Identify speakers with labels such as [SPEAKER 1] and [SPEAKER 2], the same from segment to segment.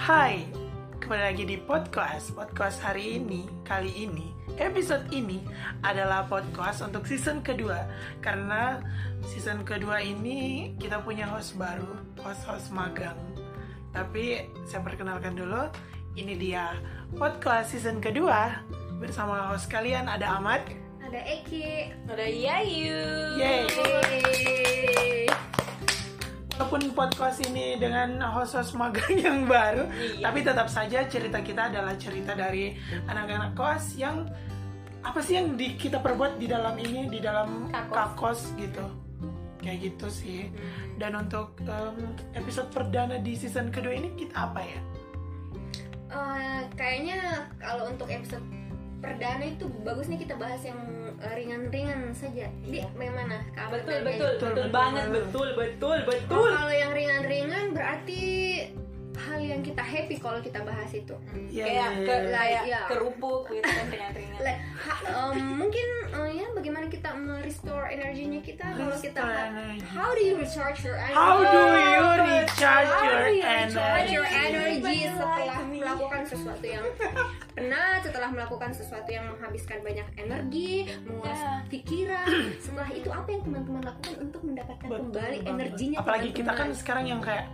[SPEAKER 1] Hai, kembali lagi di podcast. Podcast hari ini, kali ini, episode ini adalah podcast untuk season kedua. Karena season kedua ini kita punya host baru, host-host magang. Tapi saya perkenalkan dulu, ini dia podcast season kedua. Bersama host kalian ada Ahmad.
[SPEAKER 2] Ada Eki.
[SPEAKER 3] Ada Yayu.
[SPEAKER 1] Yeay.
[SPEAKER 3] Yeay.
[SPEAKER 1] Walaupun podcast ini dengan host-host magang yang baru,
[SPEAKER 3] Iya.
[SPEAKER 1] tapi tetap saja cerita kita adalah cerita dari anak-anak kos yang apa sih yang di- kita perbuat di dalam ini di dalam
[SPEAKER 3] Kakos.
[SPEAKER 1] kakos gitu, kayak gitu sih. Dan untuk em, episode perdana di season kedua ini kita apa ya?
[SPEAKER 2] Eh, kayaknya kalau untuk episode perdana itu bagusnya kita bahas yang eh, ringan-ringan saja. Di
[SPEAKER 3] Iya.
[SPEAKER 2] bagaimana? Kak Ahmad
[SPEAKER 3] Betul, betul,
[SPEAKER 2] dan Yayu?
[SPEAKER 1] Betul,
[SPEAKER 3] betul,
[SPEAKER 1] betul
[SPEAKER 3] banget,
[SPEAKER 1] banget.
[SPEAKER 3] betul, betul,
[SPEAKER 2] Oh,
[SPEAKER 3] betul.
[SPEAKER 2] kalau yang ringan-ringan berarti hal yang kita happy kalau kita bahas itu.
[SPEAKER 1] Iya,
[SPEAKER 3] kayak
[SPEAKER 1] iya,
[SPEAKER 3] ke,
[SPEAKER 1] iya.
[SPEAKER 3] kayak
[SPEAKER 2] Iya.
[SPEAKER 3] kerupuk gitu kan ringan-ringan.
[SPEAKER 2] Like, ha- em, mungkin eh, ya bagaimana kita merestore energinya kita kalau kita
[SPEAKER 1] Restore energy.
[SPEAKER 2] How do you recharge your energy?
[SPEAKER 1] How do you
[SPEAKER 3] Oh,
[SPEAKER 1] recharge
[SPEAKER 2] How
[SPEAKER 1] your
[SPEAKER 2] do you recharge
[SPEAKER 1] energy?
[SPEAKER 2] your energy
[SPEAKER 3] Energy.
[SPEAKER 2] setelah melakukan sesuatu yang penat, setelah melakukan sesuatu yang menghabiskan banyak energi, menguras
[SPEAKER 3] Ya.
[SPEAKER 2] pikiran. Setelah itu apa yang teman-teman lakukan untuk mendapatkan
[SPEAKER 1] Betul
[SPEAKER 2] Eh, kembali
[SPEAKER 1] banget.
[SPEAKER 2] energinya?
[SPEAKER 1] Apalagi kita
[SPEAKER 2] teman-teman?
[SPEAKER 1] kan sekarang yang kayak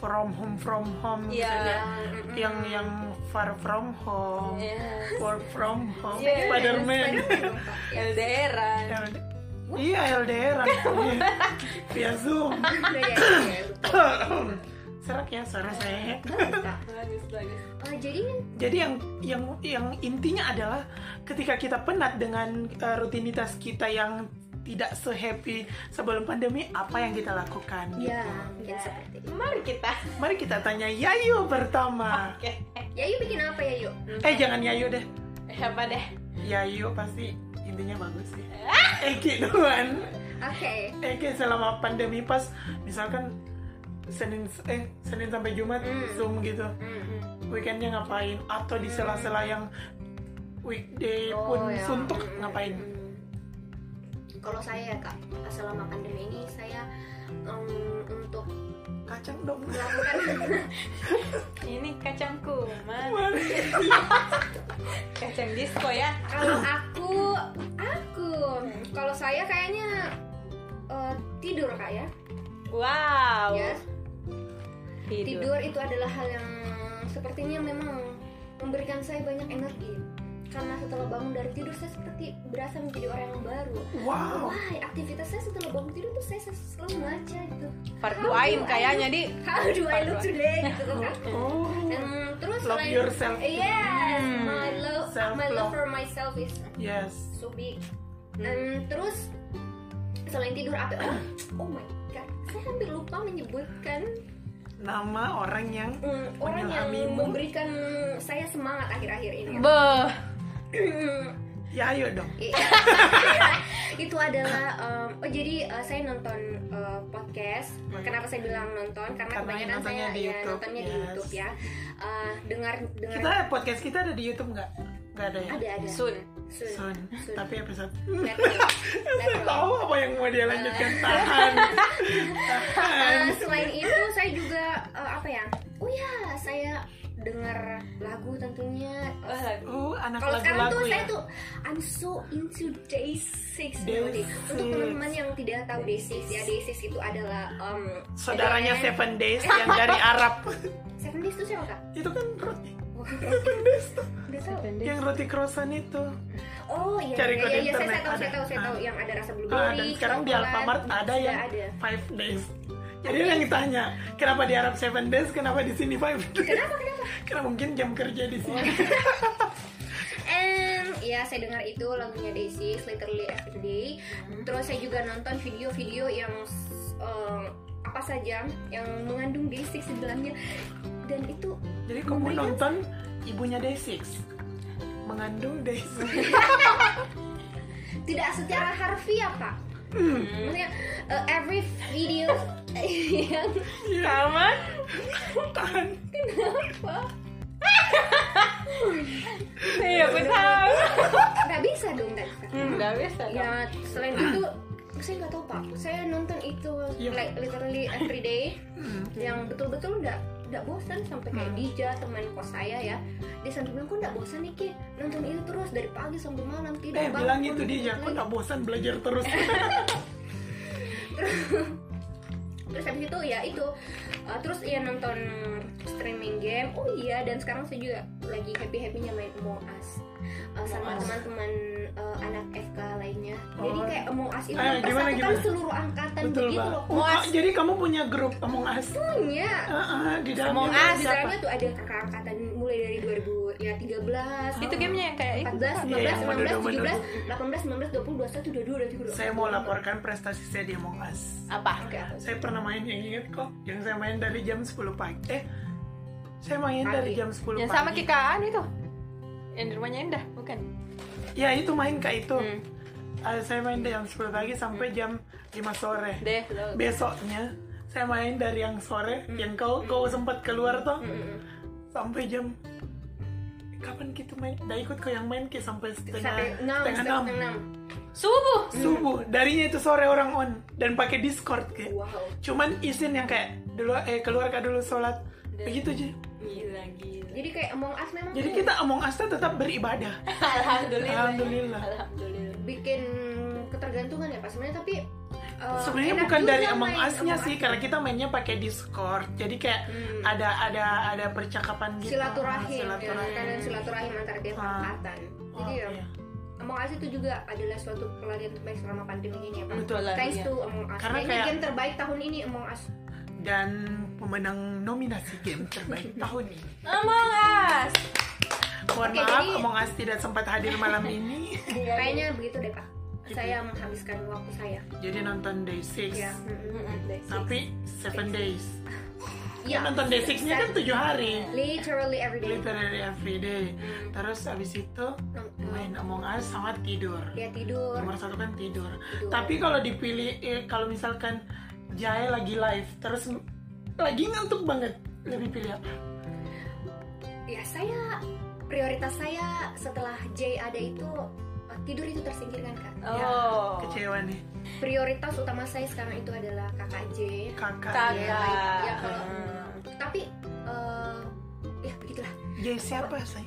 [SPEAKER 1] from home from home, gitu
[SPEAKER 3] Iya.
[SPEAKER 1] ya.
[SPEAKER 2] Mm-mm.
[SPEAKER 1] yang yang far from home.
[SPEAKER 3] Iya.
[SPEAKER 1] Work from home,
[SPEAKER 3] Yeah.
[SPEAKER 1] Spiderman.
[SPEAKER 2] Iya, Spiderman dong, Kak. Ya,
[SPEAKER 3] LDR-an.
[SPEAKER 1] LD- Iya LDR akhirnya. Iya. Via Zoom.
[SPEAKER 2] udah ya, ya, ya, lupa.
[SPEAKER 1] Serak ya suara saya.
[SPEAKER 2] Bagus, Kak.
[SPEAKER 3] Bagus, bagus.
[SPEAKER 2] Eh, jadi
[SPEAKER 1] Jadi yang yang yang intinya adalah ketika kita penat dengan eh, rutinitas kita yang tidak sehappy sebelum pandemi apa yang kita lakukan? Gitu.
[SPEAKER 2] ya mungkin
[SPEAKER 3] Ya.
[SPEAKER 2] seperti itu.
[SPEAKER 3] Mari kita.
[SPEAKER 1] Mari kita tanya Yayu pertama.
[SPEAKER 3] Oke.
[SPEAKER 2] Yayu Ya, bikin apa Hmm, Yayu?
[SPEAKER 1] Eh jangan Yayu deh.
[SPEAKER 3] Eh, Apa deh?
[SPEAKER 1] Yayu pasti intinya bagus sih. Eh, Eki duluan.
[SPEAKER 2] Oke.
[SPEAKER 1] Eh kayak selama pandemi pas misalkan Senin eh Senin sampai Jumat
[SPEAKER 2] Hmm.
[SPEAKER 1] Zoom gitu. Weekendnya ngapain? Atau di sela-sela yang weekday
[SPEAKER 2] Oh,
[SPEAKER 1] pun
[SPEAKER 2] ya.
[SPEAKER 1] suntuk
[SPEAKER 2] Mm-mm.
[SPEAKER 1] ngapain?
[SPEAKER 2] Mm. Kalau saya ya kak, selama pandemi ini saya em, untuk kan,
[SPEAKER 1] Kacang dong.
[SPEAKER 2] melakukan
[SPEAKER 3] Ini kacang kuman, kacang disco ya.
[SPEAKER 2] kalau aku aku kalau saya kayaknya eh, tidur kak ya.
[SPEAKER 3] Wow.
[SPEAKER 2] Ya,
[SPEAKER 3] Tidur.
[SPEAKER 2] tidur itu adalah hal yang sepertinya memang memberikan saya banyak energi karena setelah bangun dari tidur saya seperti berasa menjadi orang yang baru.
[SPEAKER 1] Wow.
[SPEAKER 2] Wah, aktivitas saya setelah bangun tidur tuh saya selalu baca gitu.
[SPEAKER 3] Part duain kayaknya di.
[SPEAKER 2] How do I look today gitu kan?
[SPEAKER 1] Oh.
[SPEAKER 2] Dan terus
[SPEAKER 1] Love
[SPEAKER 2] selain-
[SPEAKER 1] yourself.
[SPEAKER 2] Yes,
[SPEAKER 3] Hmm.
[SPEAKER 2] my love,
[SPEAKER 1] Self
[SPEAKER 2] my love
[SPEAKER 1] love.
[SPEAKER 2] for myself is
[SPEAKER 1] Yes.
[SPEAKER 2] so big.
[SPEAKER 1] Hmm.
[SPEAKER 2] Dan terus selain tidur apa? Oh, oh my god, saya hampir lupa menyebutkan
[SPEAKER 1] Nama orang yang
[SPEAKER 2] mm, orang yang
[SPEAKER 1] Menyelamimu.
[SPEAKER 2] memberikan saya semangat akhir-akhir ini.
[SPEAKER 3] Beuh.
[SPEAKER 1] Yayu ya, dong.
[SPEAKER 2] Iya. itu adalah em, oh jadi eh, saya nonton eh, podcast
[SPEAKER 1] Hmm.
[SPEAKER 2] kenapa saya bilang nonton karena,
[SPEAKER 1] Karena
[SPEAKER 2] kebanyakan
[SPEAKER 1] nontonnya
[SPEAKER 2] saya
[SPEAKER 1] di
[SPEAKER 2] ya,
[SPEAKER 1] YouTube,
[SPEAKER 2] nontonnya di
[SPEAKER 1] yes.
[SPEAKER 2] YouTube ya Eh, dengar dengar
[SPEAKER 1] Kita podcast kita ada di YouTube nggak? Nggak ada ya.
[SPEAKER 2] ada ada
[SPEAKER 3] Sun.
[SPEAKER 2] Sun.
[SPEAKER 1] Sun.
[SPEAKER 2] Sun.
[SPEAKER 1] Tapi episode.
[SPEAKER 2] Lateral. Lateral.
[SPEAKER 1] Tahu apa yang mau dia lanjutkan? Tahan. Tahan.
[SPEAKER 2] Eh, selain itu saya juga eh, apa ya oh ya saya dengar lagu tentunya
[SPEAKER 3] Wah, Eh, lagu.
[SPEAKER 1] Uh, anak
[SPEAKER 2] kalau sekarang
[SPEAKER 1] lagu-lagu
[SPEAKER 2] tuh
[SPEAKER 1] ya.
[SPEAKER 2] saya tuh I'm so into day 6
[SPEAKER 1] Day
[SPEAKER 2] Untuk
[SPEAKER 1] Six.
[SPEAKER 2] teman-teman yang tidak tahu day 6 ya day 6 itu adalah um,
[SPEAKER 1] saudaranya
[SPEAKER 2] ada-
[SPEAKER 1] Seven Days yang dari Arab
[SPEAKER 2] Seven Days itu siapa kak?
[SPEAKER 1] itu kan roti
[SPEAKER 2] Udah tahu.
[SPEAKER 1] yang roti croissant itu
[SPEAKER 2] Oh iya,
[SPEAKER 1] Cari
[SPEAKER 2] iya,
[SPEAKER 1] kode
[SPEAKER 2] iya, iya, saya, saya
[SPEAKER 1] internet,
[SPEAKER 2] tahu,
[SPEAKER 1] ada.
[SPEAKER 2] saya tahu, saya tahu yang ada rasa blueberry.
[SPEAKER 1] Ah, dan sekarang di
[SPEAKER 2] coklat,
[SPEAKER 1] Alfamart ada
[SPEAKER 2] sudah
[SPEAKER 1] yang
[SPEAKER 2] ada.
[SPEAKER 1] Five Days jadi yang ditanya kenapa di Arab Seven Days kenapa di sini Five Days
[SPEAKER 2] Kenapa kenapa? Oh.
[SPEAKER 1] karena mungkin jam kerja di sini
[SPEAKER 2] And ya saya dengar itu lagunya Daisy, literally every day. Terus saya juga nonton video-video yang eh, apa saja yang mengandung Daisy di dalamnya. Dan itu
[SPEAKER 1] jadi kamu
[SPEAKER 2] Memberikan-
[SPEAKER 1] nonton ibunya Day Six mengandung Day Six
[SPEAKER 2] tidak secara harfiah pak. Maksudnya eh, every video yang
[SPEAKER 3] Sama.
[SPEAKER 1] tahan
[SPEAKER 2] kenapa?
[SPEAKER 3] Iya, Hmm, aku tahu.
[SPEAKER 2] Gak bisa dong gak bisa.
[SPEAKER 3] Enggak bisa. dong.
[SPEAKER 2] ya selain itu saya nggak tahu pak saya nonton itu
[SPEAKER 1] Iya. Hmm,
[SPEAKER 2] like literally every day yang betul-betul nggak nggak bosan sampai kayak
[SPEAKER 3] Hmm.
[SPEAKER 2] Dija teman kos saya ya dia sampai bilang kok nggak bosan nih Ki nonton itu terus dari pagi sampai malam tidak
[SPEAKER 1] Eh
[SPEAKER 2] bangun,
[SPEAKER 1] bilang gitu dia,
[SPEAKER 2] lagi."
[SPEAKER 1] kok nggak bosan belajar terus.
[SPEAKER 2] terus habis itu ya itu Uh, terus ya nonton streaming game oh iya dan sekarang saya juga lagi happy happynya main Among Us Uh, sama
[SPEAKER 3] Among Us.
[SPEAKER 2] teman-teman uh, anak FK lainnya jadi
[SPEAKER 1] Oh.
[SPEAKER 2] kayak Among Us itu
[SPEAKER 1] Ah, gimana,
[SPEAKER 2] mempersatukan
[SPEAKER 1] gimana?
[SPEAKER 2] seluruh angkatan
[SPEAKER 1] Betul
[SPEAKER 2] begitu
[SPEAKER 1] banget.
[SPEAKER 2] loh Iya.
[SPEAKER 1] Oh,
[SPEAKER 3] Muas.
[SPEAKER 1] jadi kamu punya grup Among Us?
[SPEAKER 2] punya
[SPEAKER 1] Ah, ah, di
[SPEAKER 3] Among
[SPEAKER 1] dalamnya.
[SPEAKER 3] Us.
[SPEAKER 2] di
[SPEAKER 3] apa?
[SPEAKER 2] dalamnya tuh ada kakak angkatan mulai dari 2000 ya 13
[SPEAKER 3] Itu gamenya yang kayak itu.
[SPEAKER 2] 14,
[SPEAKER 1] Gitu Iya, yang
[SPEAKER 2] 15, 16,
[SPEAKER 1] madu-madu.
[SPEAKER 2] 17, 18, 19, 20, 21, 22, 23, 24
[SPEAKER 1] Saya mau laporkan prestasi saya di Among Us.
[SPEAKER 3] Apa?
[SPEAKER 2] Oke, apa sih?
[SPEAKER 1] Saya pernah main yang ingat kok, yang saya main dari jam 10 pagi. Eh, saya main
[SPEAKER 2] Pagi.
[SPEAKER 1] dari jam
[SPEAKER 3] Yang
[SPEAKER 1] 10 pagi.
[SPEAKER 3] Ya, sama Kikaan itu. Yang di rumahnya Indah, bukan?
[SPEAKER 1] Ya itu main kayak itu.
[SPEAKER 3] Hmm.
[SPEAKER 1] Ah, saya main dari jam 10 pagi sampai jam 5 sore.
[SPEAKER 3] Deh,
[SPEAKER 1] Besoknya saya main dari yang sore, yang kau kau sempat keluar toh sampai jam kapan gitu main? Dah ikut kau yang main ke sampai setengah
[SPEAKER 2] sampai 6,
[SPEAKER 1] setengah enam
[SPEAKER 3] Subuh.
[SPEAKER 1] subuh. Darinya itu sore orang on dan pakai Discord kayak.
[SPEAKER 2] 6 wow
[SPEAKER 1] Cuman izin yang kayak dulu eh keluar kak dulu sholat begitu aja.
[SPEAKER 3] Gila, gila.
[SPEAKER 2] jadi kayak Among Us memang
[SPEAKER 1] Jadi
[SPEAKER 2] tuh
[SPEAKER 1] kita Among Us tetap beribadah.
[SPEAKER 2] Eh,
[SPEAKER 3] Alhamdulillah.
[SPEAKER 1] Alhamdulillah.
[SPEAKER 3] Alhamdulillah.
[SPEAKER 2] bikin ketergantungan ya pak sebenarnya tapi eh,
[SPEAKER 1] Sebenarnya
[SPEAKER 2] enak
[SPEAKER 1] bukan
[SPEAKER 2] juga
[SPEAKER 1] dari
[SPEAKER 2] main
[SPEAKER 1] Among Us-nya
[SPEAKER 2] Among
[SPEAKER 1] sih,
[SPEAKER 2] Us.
[SPEAKER 1] karena kita mainnya pakai Discord. Jadi kayak
[SPEAKER 2] Hmm.
[SPEAKER 1] ada ada ada percakapan gitu.
[SPEAKER 2] silaturahim
[SPEAKER 1] Silaturahim.
[SPEAKER 2] ya, karena silaturahim antara tiap
[SPEAKER 1] Ah.
[SPEAKER 2] angkatan jadi
[SPEAKER 1] Oh,
[SPEAKER 2] ya
[SPEAKER 1] iya.
[SPEAKER 2] Among Us itu juga adalah suatu pelarian terbaik selama pandemi ini ya pak
[SPEAKER 3] Betul lah,
[SPEAKER 2] thanks
[SPEAKER 3] iya.
[SPEAKER 2] to Among Us
[SPEAKER 1] Karena
[SPEAKER 2] Kayaknya
[SPEAKER 1] kayak- Iya,
[SPEAKER 2] game terbaik tahun ini Among Us
[SPEAKER 1] Dan pemenang nominasi game terbaik tahun ini.
[SPEAKER 3] Among Us.
[SPEAKER 1] Mohon
[SPEAKER 2] Oke,
[SPEAKER 1] maaf,
[SPEAKER 2] jadi-
[SPEAKER 1] Among Us tidak sempat hadir malam ini.
[SPEAKER 3] Iya.
[SPEAKER 2] kayaknya begitu deh pak
[SPEAKER 1] Gitu.
[SPEAKER 2] saya menghabiskan waktu saya
[SPEAKER 1] Jadi nonton Day 6.
[SPEAKER 2] ya mm-mm.
[SPEAKER 1] Tapi 7 days.
[SPEAKER 2] Ya,
[SPEAKER 1] Nonton Day 6-nya kan 7 hari.
[SPEAKER 2] literally every day
[SPEAKER 1] Literally every day. Terus abis itu main Among Us sama tidur.
[SPEAKER 2] dia tidur
[SPEAKER 1] nomor satu kan tidur tapi kalau dipilih eh, kalau misalkan Jae lagi live terus m- lagi ngantuk banget lebih pilih apa
[SPEAKER 2] ya saya prioritas saya setelah J ada itu eh, tidur itu tersingkirkan kak
[SPEAKER 3] Oh.
[SPEAKER 1] kecewa nih
[SPEAKER 2] prioritas utama saya sekarang itu adalah kakak J
[SPEAKER 1] kakak
[SPEAKER 3] Kakak.
[SPEAKER 2] Ya, baik. Ya, kalau-
[SPEAKER 3] Hmm.
[SPEAKER 2] tapi eh, ya begitulah
[SPEAKER 1] Jae siapa saya